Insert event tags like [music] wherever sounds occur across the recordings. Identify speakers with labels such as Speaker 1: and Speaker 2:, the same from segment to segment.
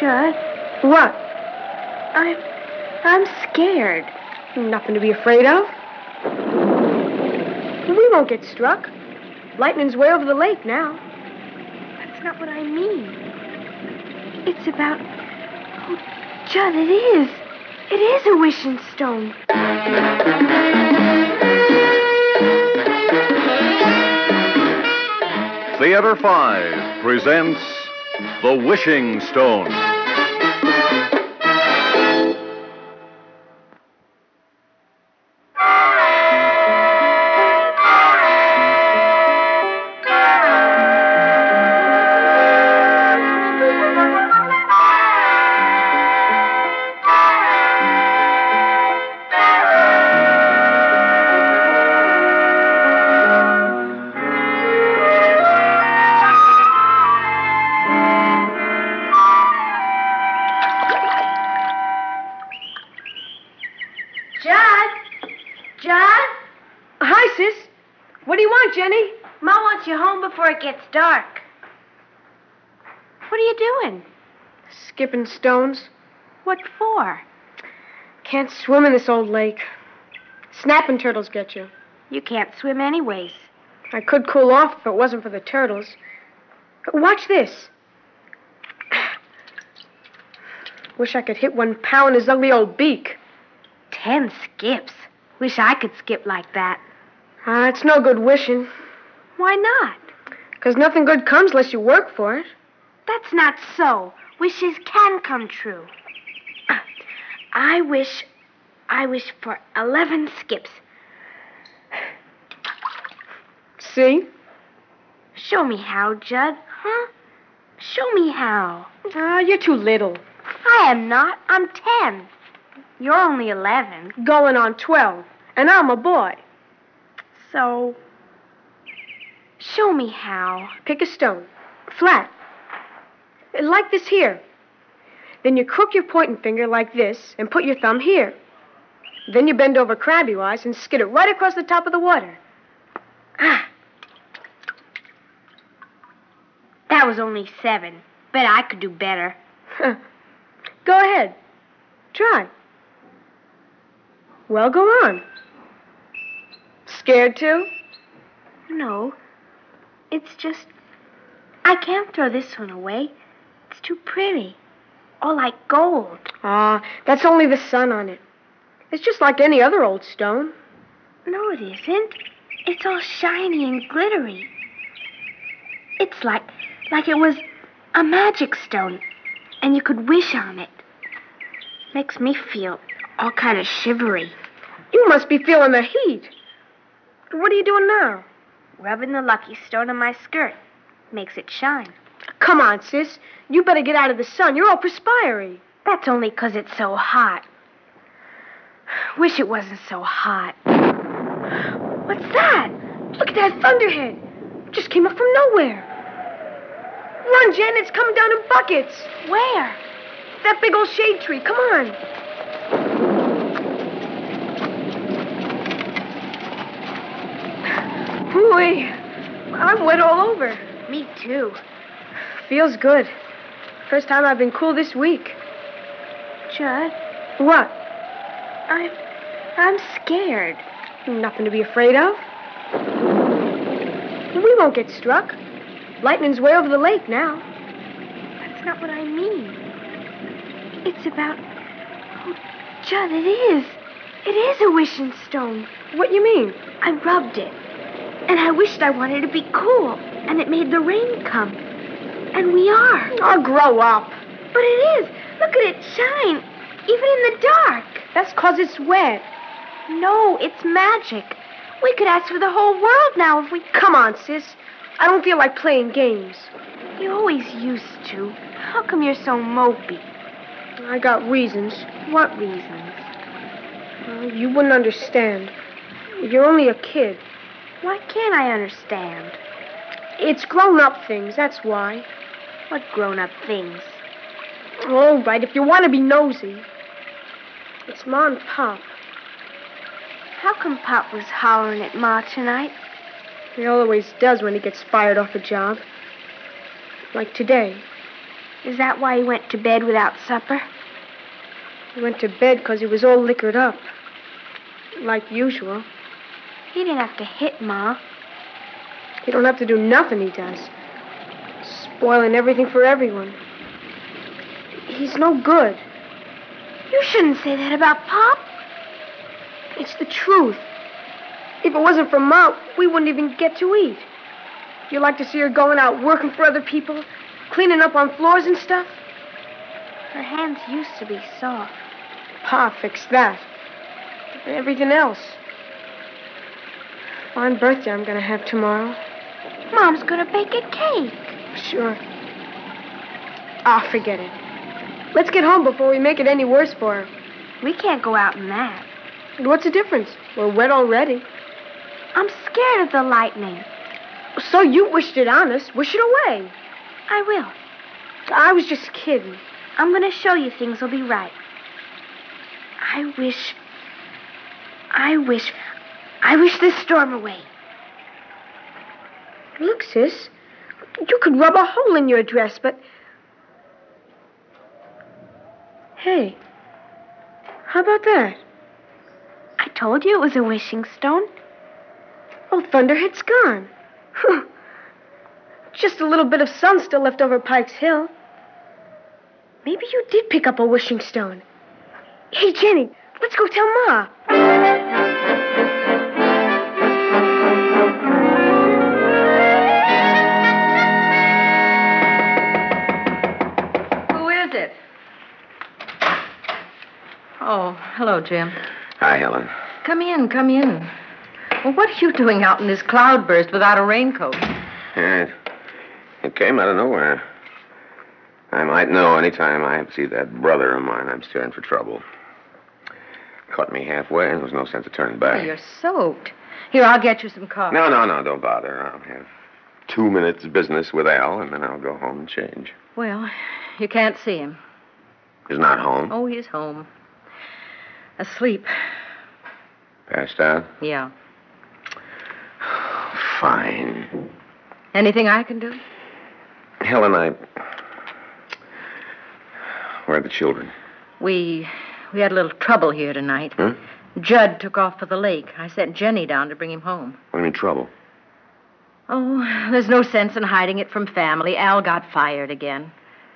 Speaker 1: Judd? What? I'm. I'm scared. Nothing to be afraid of. We won't get struck. Lightning's way over the lake now. That's not what I mean. It's about. Oh, Judd, it is. It is a wishing stone.
Speaker 2: Theater 5 presents The Wishing Stone.
Speaker 1: Judd? Judd? Hi, sis. What do you want, Jenny? Ma wants you home before it gets dark. What are you doing? Skipping stones. What for? Can't swim in this old lake. Snapping turtles get you. You can't swim anyways. I could cool off if it wasn't for the turtles. Watch this. Wish I could hit one pow in his ugly old beak. Ten skips. Wish I could skip like that. Uh, it's no good wishing. Why not? Because nothing good comes unless you work for it. That's not so. Wishes can come true. [clears throat] I wish. I wish for 11 skips. See? Show me how, Judd. Huh? Show me how. Ah, you're too little. I am not. I'm 10. You're only 11. Going on 12. And I'm a boy. So. Show me how. Pick a stone. Flat. Like this here. Then you crook your pointing finger like this and put your thumb here. Then you bend over crabby wise and skid it right across the top of the water. Ah. That was only seven. Bet I could do better. [laughs] Go ahead. Try. Well, go on. Scared too? No. It's just. I can't throw this one away. It's too pretty. All like gold. Ah, that's only the sun on it. It's just like any other old stone. No, it isn't. It's all shiny and glittery. It's like. like it was a magic stone, and you could wish on it. Makes me feel all kind of shivery. You must be feeling the heat. What are you doing now? Rubbing the lucky stone in my skirt. Makes it shine. Come on, sis. You better get out of the sun. You're all perspiry. That's only 'cause it's so hot. Wish it wasn't so hot. What's that? Look at that thunderhead. Just came up from nowhere. Run, Jen. It's coming down in buckets. Where? That big old shade tree. Come on. Ooh, I'm wet all over. Me too. Feels good. First time I've been cool this week. Judd? What? I'm. I'm scared. Nothing to be afraid of. We won't get struck. Lightning's way over the lake now. That's not what I mean. It's about. Oh, Judd, it is. It is a wishing stone. What you mean? I rubbed it. And I wished I wanted to be cool. And it made the rain come. And we are. Oh, grow up. But it is. Look at it shine. Even in the dark. That's because it's wet. No, it's magic. We could ask for the whole world now if we. Come on, sis. I don't feel like playing games. You always used to. How come you're so mopey? I got reasons. What reasons? you wouldn't understand. You're only a kid. Why can't I understand? It's grown up things, that's why. What grown up things? All right, if you want to be nosy. It's Ma and Pop. How come Pop was hollering at Ma tonight? He always does when he gets fired off a job. Like today. Is that why he went to bed without supper? He went to bed because he was all liquored up. Like usual. He didn't have to hit Ma. He don't have to do nothing he does. Spoiling everything for everyone. He's no good. You shouldn't say that about Pop. It's the truth. If it wasn't for Ma, we wouldn't even get to eat. You like to see her going out working for other people, cleaning up on floors and stuff? Her hands used to be soft. Pa fixed that. And everything else. Fine birthday I'm gonna have tomorrow. Mom's gonna bake a cake. Sure. Ah, forget it. Let's get home before we make it any worse for her. We can't go out in that. And what's the difference? We're wet already. I'm scared of the lightning. So you wished it on us. Wish it away. I will. I was just kidding. I'm going to show you things will be right. I wish. I wish. I wish this storm away. Look, sis. You could rub a hole in your dress, but. Hey. How about that? I told you it was a wishing stone. Oh, Thunderhead's gone. Phew. Just a little bit of sun still left over Pike's Hill. Maybe you did pick up a wishing stone. Hey, Jenny, let's go tell Ma.
Speaker 3: Who is it? Oh, hello, Jim.
Speaker 4: Hi, Helen.
Speaker 3: Come in, come in. Well, what are you doing out in this cloudburst without a raincoat?
Speaker 4: Yeah, it, it came out of nowhere. I might know any time I see that brother of mine, I'm still in for trouble. Caught me halfway, and there was no sense of turning
Speaker 3: Oh,
Speaker 4: back.
Speaker 3: you're soaked. Here, I'll get you some coffee.
Speaker 4: No, no, no, don't bother. I'll have two minutes of business with Al, and then I'll go home and change.
Speaker 3: Well, you can't see him.
Speaker 4: He's not home.
Speaker 3: Oh, he's home. Asleep.
Speaker 4: Passed out?
Speaker 3: Yeah.
Speaker 4: Fine.
Speaker 3: Anything I can do?
Speaker 4: Helen, I. Where are the children?
Speaker 3: We we had a little trouble here tonight.
Speaker 4: Huh?
Speaker 3: Judd took off for the lake. I sent Jenny down to bring him home.
Speaker 4: What do you mean, trouble?
Speaker 3: Oh, there's no sense in hiding it from family. Al got fired again.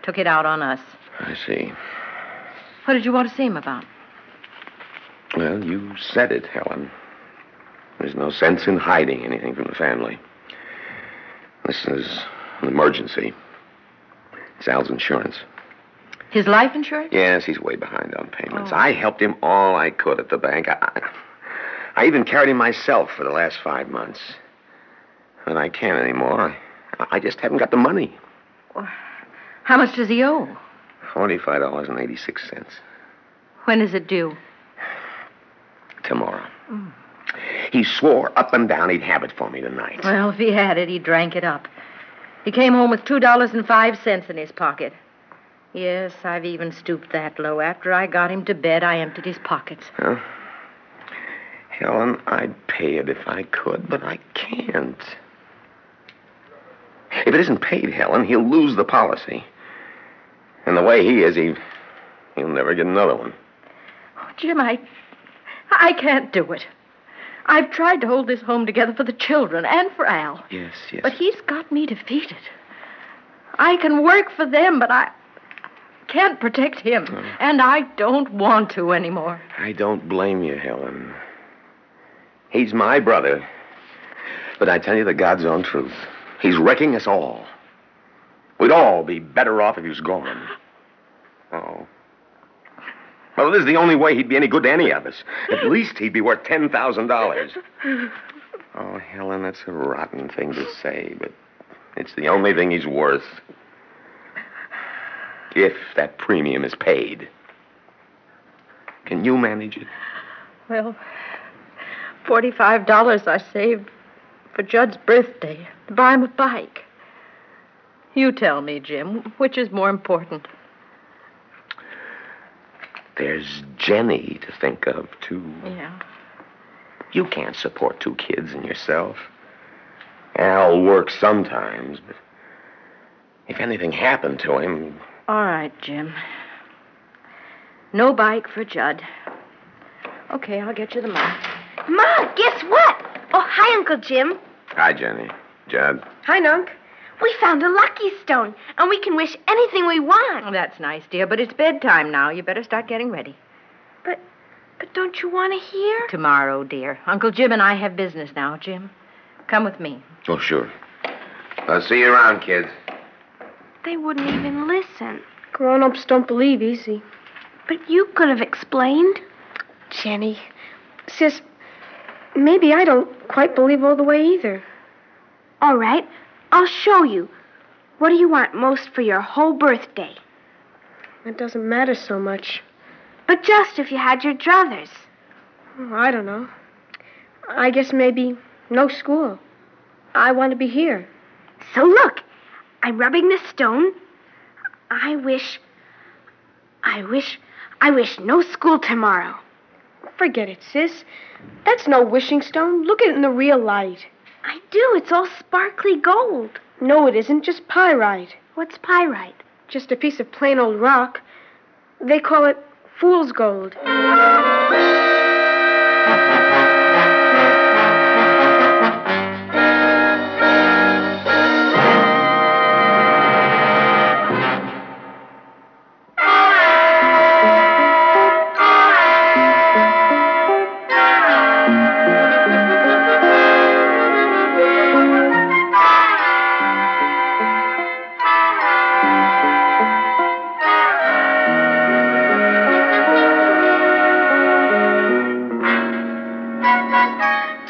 Speaker 3: Took it out on us.
Speaker 4: I see.
Speaker 3: What did you want to see him about?
Speaker 4: Well, you said it, Helen. There's no sense in hiding anything from the family. This is an emergency. It's Al's insurance.
Speaker 3: His life insurance?
Speaker 4: Yes, he's way behind on payments. I helped him all I could at the bank. I, I- I even carried him myself for the last five months. But I can't anymore. I, I just haven't got the money.
Speaker 3: How much does he owe?
Speaker 4: Forty-five dollars and eighty-six cents
Speaker 3: When is it due?
Speaker 4: tomorrow. He swore up and down he'd have it for me tonight.
Speaker 3: Well, if he had it, he drank it up. He came home with two dollars and five cents in his pocket. Yes, I've even stooped that low. After I got him to bed, I emptied his pockets.
Speaker 4: Helen, I'd pay it if I could, but I can't. If it isn't paid, Helen, he'll lose the policy. And the way he is, he, he'll never get another one.
Speaker 3: Jim, I, I can't do it. I've tried to hold this home together for the children and for Al.
Speaker 4: Yes, yes.
Speaker 3: But he's got me defeated. I can work for them, but I can't protect him. And I don't want to anymore.
Speaker 4: I don't blame you, Helen. He's my brother. But I tell you the God's own truth. He's wrecking us all. We'd all be better off if he was gone. Oh. Well, this is the only way he'd be any good to any of us. At least he'd be worth $10,000. Oh, Helen, that's a rotten thing to say, but it's the only thing he's worth. If that premium is paid. Can you manage it?
Speaker 3: Well, $45 I saved for Judd's birthday to buy him a bike. You tell me, Jim, which is more important?
Speaker 4: There's Jenny to think of, too.
Speaker 3: Yeah.
Speaker 4: You can't support two kids and yourself. Al works sometimes, but if anything happened to him,
Speaker 3: All right, Jim. No bike for Judd. Okay, I'll get you the money.
Speaker 1: Ma, guess what? Oh, hi, Uncle Jim.
Speaker 4: hi, Jenny, Judd.
Speaker 1: Hi, Nunk. We found a lucky stone, and we can wish anything we
Speaker 3: Oh,
Speaker 1: want.
Speaker 3: that's nice, dear, but it's bedtime now. You better start getting ready.
Speaker 1: But, but don't you want to hear?
Speaker 3: Tomorrow, dear. Uncle Jim and I have business now, Jim. Come with me.
Speaker 4: Oh, sure. I'll see you around, kids.
Speaker 1: They wouldn't even listen. Grown ups don't believe easy. But you could have explained. Jenny. Sis, maybe I don't quite believe all the way either. All right, I'll show you. What do you want most for your whole birthday? It doesn't matter so much. But just if you had your druthers. Oh, I don't know. I guess maybe no school. I want to be here. So look, I'm rubbing the stone. I wish. I wish. I wish no school tomorrow. Forget it, sis. That's no wishing stone. Look at it in the real light. I do. It's all sparkly gold. No, it isn't. Just pyrite. What's pyrite? Just a piece of plain old rock. They call it fool's gold.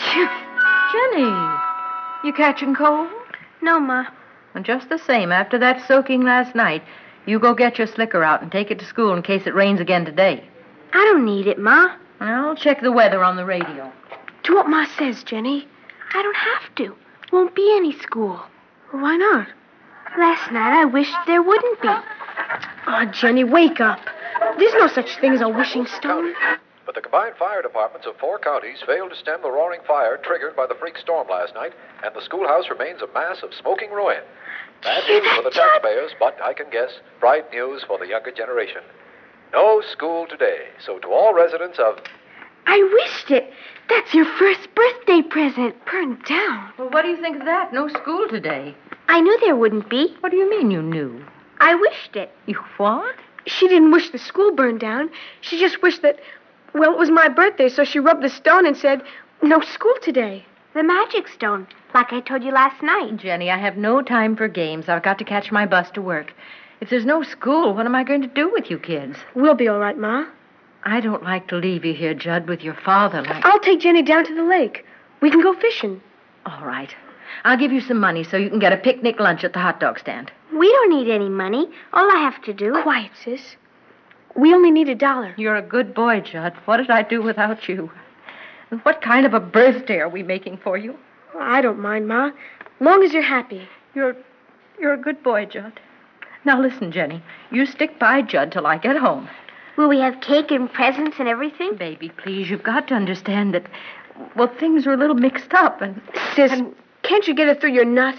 Speaker 3: Jenny, you catching cold?
Speaker 1: No, Ma.
Speaker 3: And just the same, after that soaking last night, you go get your slicker out and take it to school in case it rains again today.
Speaker 1: I don't need it, Ma.
Speaker 3: I'll check the weather on the radio.
Speaker 1: Do what Ma says, Jenny. I don't have to. Won't be any school. Why not? Last night I wished there wouldn't be. Oh, Jenny, wake up. There's no such thing as a wishing stone.
Speaker 5: But the combined fire departments of four counties failed to stem the roaring fire triggered by the freak storm last night, and the schoolhouse remains a mass of smoking ruin. Bad
Speaker 1: Hear
Speaker 5: news for the
Speaker 1: that, Jack?
Speaker 5: taxpayers, but I can guess bright news for the younger generation. No school today, so to all residents of
Speaker 1: I wished it. That's your first birthday present. Burned down.
Speaker 3: Well, what do you think of that? No school today.
Speaker 1: I knew there wouldn't be.
Speaker 3: What do you mean you knew?
Speaker 1: I wished it.
Speaker 3: You what?
Speaker 1: She didn't wish the school burned down. She just wished that, well, it was my birthday, so she rubbed the stone and said, no school today. The magic stone, like I told you last night.
Speaker 3: Jenny, I have no time for games. I've got to catch my bus to work. If there's no school, what am I going to do with you kids?
Speaker 1: We'll be all right, Ma.
Speaker 3: I don't like to leave you here, Judd, with your father like.
Speaker 1: I'll take Jenny down to the lake. We can go fishing.
Speaker 3: All right. I'll give you some money so you can get a picnic lunch at the hot dog stand.
Speaker 1: We don't need any money. All I have to do. Quiet, sis. We only need a dollar.
Speaker 3: You're a good boy, Judd. What did I do without you? And What kind of a birthday are we making for you?
Speaker 1: I don't mind, Ma. Long as you're happy.
Speaker 3: You're you're a good boy, Judd. Now listen, Jenny. You stick by Judd till I get home.
Speaker 1: Will we have cake and presents and everything?
Speaker 3: Baby, please, you've got to understand that well, things are a little mixed up and
Speaker 1: Sis, can't you get it through your nut?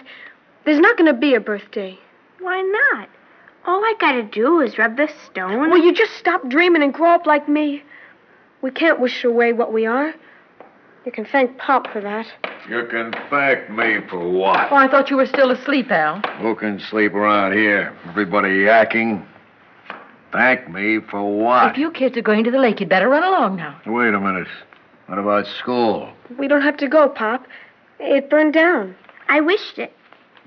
Speaker 1: There's not going to be a birthday. Why not? All I gotta do is rub the stone. Will you just stop dreaming and grow up like me? We can't wish away what we are. You can thank Pop for that.
Speaker 6: You can thank me for what?
Speaker 3: Oh, I thought you were still asleep, Al.
Speaker 6: Who can sleep around here? Everybody yakking. Thank me for what?
Speaker 3: If you kids are going to the lake, you'd better run along now.
Speaker 6: Wait a minute. What about school?
Speaker 1: We don't have to go, Pop. It burned down.
Speaker 7: I wished it.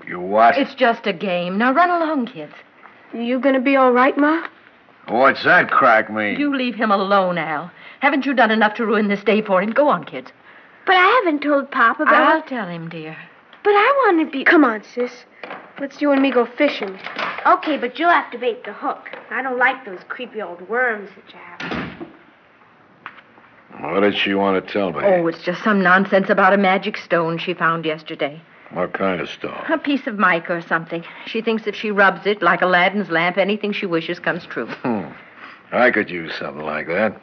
Speaker 6: You what?
Speaker 3: It's just a game. Now run along, kids.
Speaker 1: You gonna be all right, Ma?
Speaker 6: What's that crack mean?
Speaker 3: You leave him alone, Al. Haven't you done enough to ruin this day for him? Go on, kids.
Speaker 7: But I haven't told Pop about
Speaker 3: I'll
Speaker 7: it.
Speaker 3: tell him, dear.
Speaker 7: But I want to be.
Speaker 1: Come on, sis. Let's you and me go fishing.
Speaker 7: Okay, but you'll have to bait the hook. I don't like those creepy old worms that you have.
Speaker 6: What did she want to tell me?
Speaker 3: Oh, it's just some nonsense about a magic stone she found yesterday.
Speaker 6: What kind of stuff?
Speaker 3: A piece of mica or something. She thinks if she rubs it, like Aladdin's lamp, anything she wishes comes [laughs] true.
Speaker 6: Hmm. I could use something like that.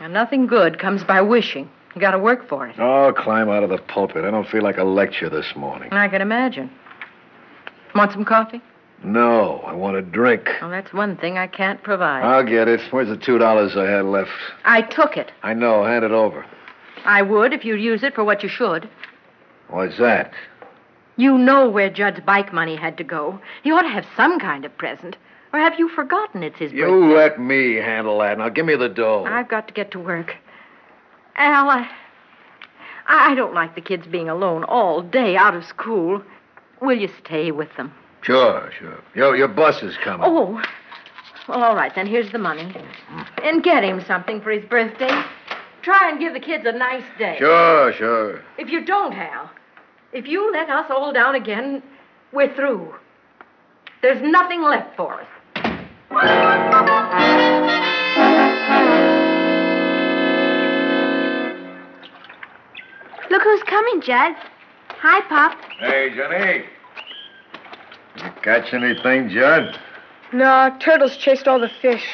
Speaker 3: And nothing good comes by wishing. You gotta work for it.
Speaker 6: Oh, climb out of the pulpit. I don't feel like a lecture this morning.
Speaker 3: I can imagine. Want some coffee?
Speaker 6: No, I want a drink.
Speaker 3: Well, that's one thing I can't provide.
Speaker 6: I'll get it. Where's the two dollars I had left?
Speaker 3: I took it.
Speaker 6: I know. Hand it over.
Speaker 3: I would if you'd use it for what you should.
Speaker 6: What's that?
Speaker 3: You know where Judd's bike money had to go. He ought to have some kind of present. Or have you forgotten it's his
Speaker 6: You
Speaker 3: birthday?
Speaker 4: Oh.
Speaker 6: let me handle that. Now give me the dough.
Speaker 3: I've got to get to work. Al, I, I don't like the kids being alone all day out of school. Will you stay with them?
Speaker 6: Sure, sure. Your your bus is coming.
Speaker 3: Oh, well, all right, then here's the money. And get him something for his birthday. Try and give the kids a nice day.
Speaker 6: Sure, sure.
Speaker 3: If you don't, Al, if you let us all down again, we're through. There's nothing left for us.
Speaker 7: Look who's coming, Judd. Hi, Pop.
Speaker 6: Hey, Jenny. You catch anything, Judd?
Speaker 1: No, turtles chased all the fish.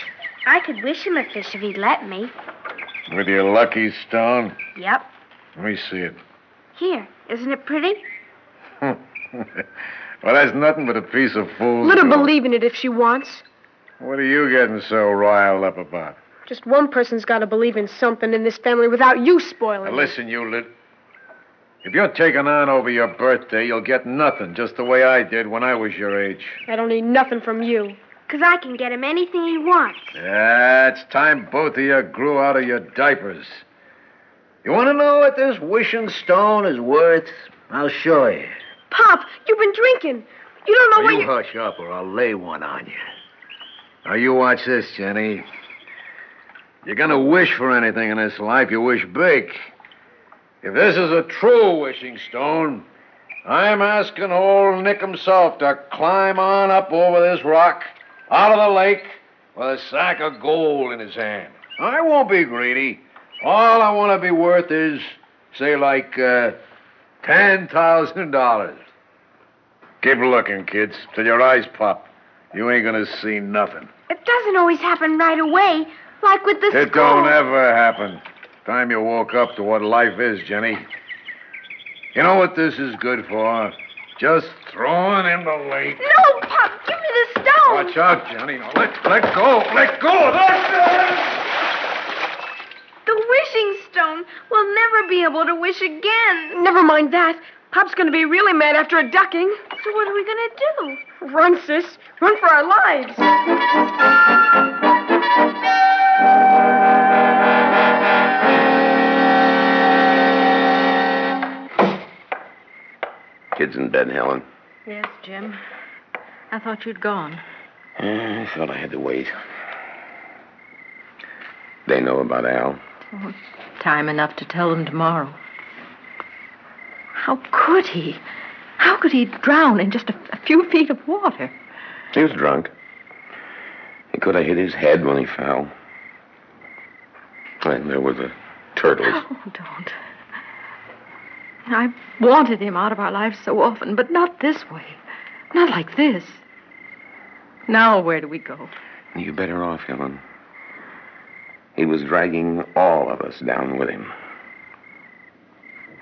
Speaker 7: I could wish him a fish if he'd let me.
Speaker 6: With your lucky stone?
Speaker 7: Yep.
Speaker 6: Let me see it. [laughs]
Speaker 7: Here, isn't it pretty?
Speaker 6: well, that's nothing but a piece of fool's
Speaker 1: Let her
Speaker 6: gold.
Speaker 1: believe in it if she wants.
Speaker 6: What are you getting so riled up about?
Speaker 1: Just one person's got to believe in something in this family without you spoiling.
Speaker 6: Now,
Speaker 1: it.
Speaker 6: listen, you lit. If you're taking on over your birthday, you'll get nothing, just the way I did when I was your age.
Speaker 1: I don't need nothing from you.
Speaker 7: Because I can get him anything he wants.
Speaker 6: Yeah, it's time both of you grew out of your diapers. You want to know what this wishing stone is worth? I'll show you.
Speaker 1: Pop, you've been drinking. You don't know
Speaker 6: Now,
Speaker 1: what
Speaker 6: you
Speaker 1: you.
Speaker 6: hush up, or I'll lay one on you. Now, you watch this, Jenny. You're going to wish for anything in this life, you wish big. If this is a true wishing stone, I'm asking old Nick himself to climb on up over this rock, out of the lake, with a sack of gold in his hand. I won't be greedy. All I want to be worth is, say, like uh, $10,000. Keep looking, kids, till your eyes pop. You ain't gonna see nothing.
Speaker 7: It doesn't always happen right away, like with the
Speaker 6: It
Speaker 7: school.
Speaker 6: don't ever happen. Time you woke up to what life is, Jenny. You know what this is good for? Just throwing in the lake.
Speaker 7: No, Pop, give me the stone.
Speaker 6: Watch out, Jenny. Now let let go. Let go. Let
Speaker 7: The wishing stone. We'll never be able to wish again.
Speaker 1: Never mind that. Pop's gonna be really mad after a ducking.
Speaker 7: So what are we gonna do?
Speaker 1: Run, sis. Run for our lives.
Speaker 4: Kid's in bed, Helen.
Speaker 3: Yes, Jim. I thought you'd gone.
Speaker 4: Uh, I thought I had to wait. They know about Al.
Speaker 3: Oh, Time enough to tell them tomorrow. How could he? How could he drown in just a, a few feet of water?
Speaker 4: He was drunk. He could have hit his head when he fell. And there were the [gasps] turtles.
Speaker 3: Oh, don't. I wanted him out of our lives so often, but not this way. Not like this. Now, where do we go?
Speaker 4: You're better off, Helen. He was dragging all of us down with him.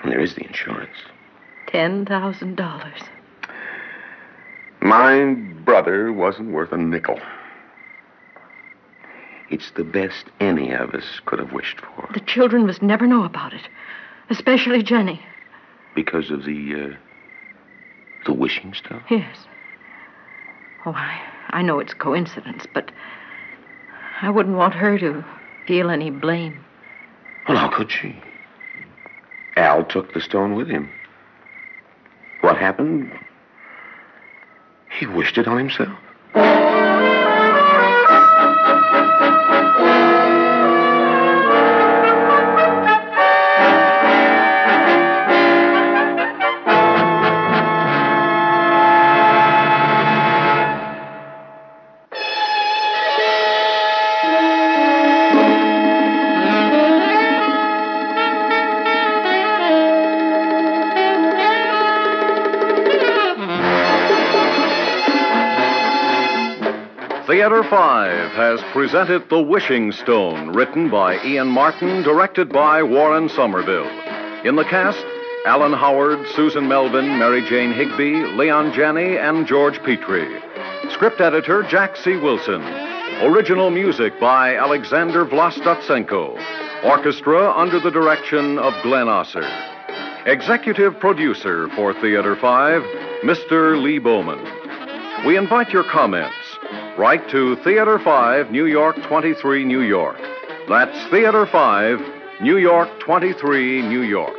Speaker 4: And there is the insurance.
Speaker 3: $10,000.
Speaker 4: My brother wasn't worth a nickel. It's the best any of us could have wished for.
Speaker 3: The children must never know about it. Especially Jenny.
Speaker 4: Because of the, uh, the wishing stone?
Speaker 3: Yes. Oh, I, I know it's coincidence, but I wouldn't want her to feel any blame.
Speaker 4: Well, how could she? Al took the stone with him. What happened? He wished it on himself.
Speaker 6: Theater 5 has presented The Wishing Stone, written by Ian Martin, directed by Warren Somerville. In the cast, Alan Howard, Susan Melvin, Mary Jane Higby, Leon Janney, and George Petrie. Script editor Jack C. Wilson. Original music by Alexander Vlastotsenko. Orchestra under the direction of Glenn Osser. Executive producer for Theater 5, Mr. Lee Bowman. We invite your comments. Write to Theater 5, New York 23, New York. That's Theater 5, New York 23, New York.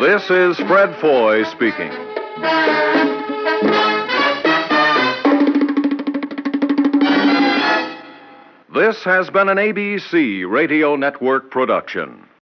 Speaker 6: This is Fred Foy speaking. This has been an ABC Radio Network production.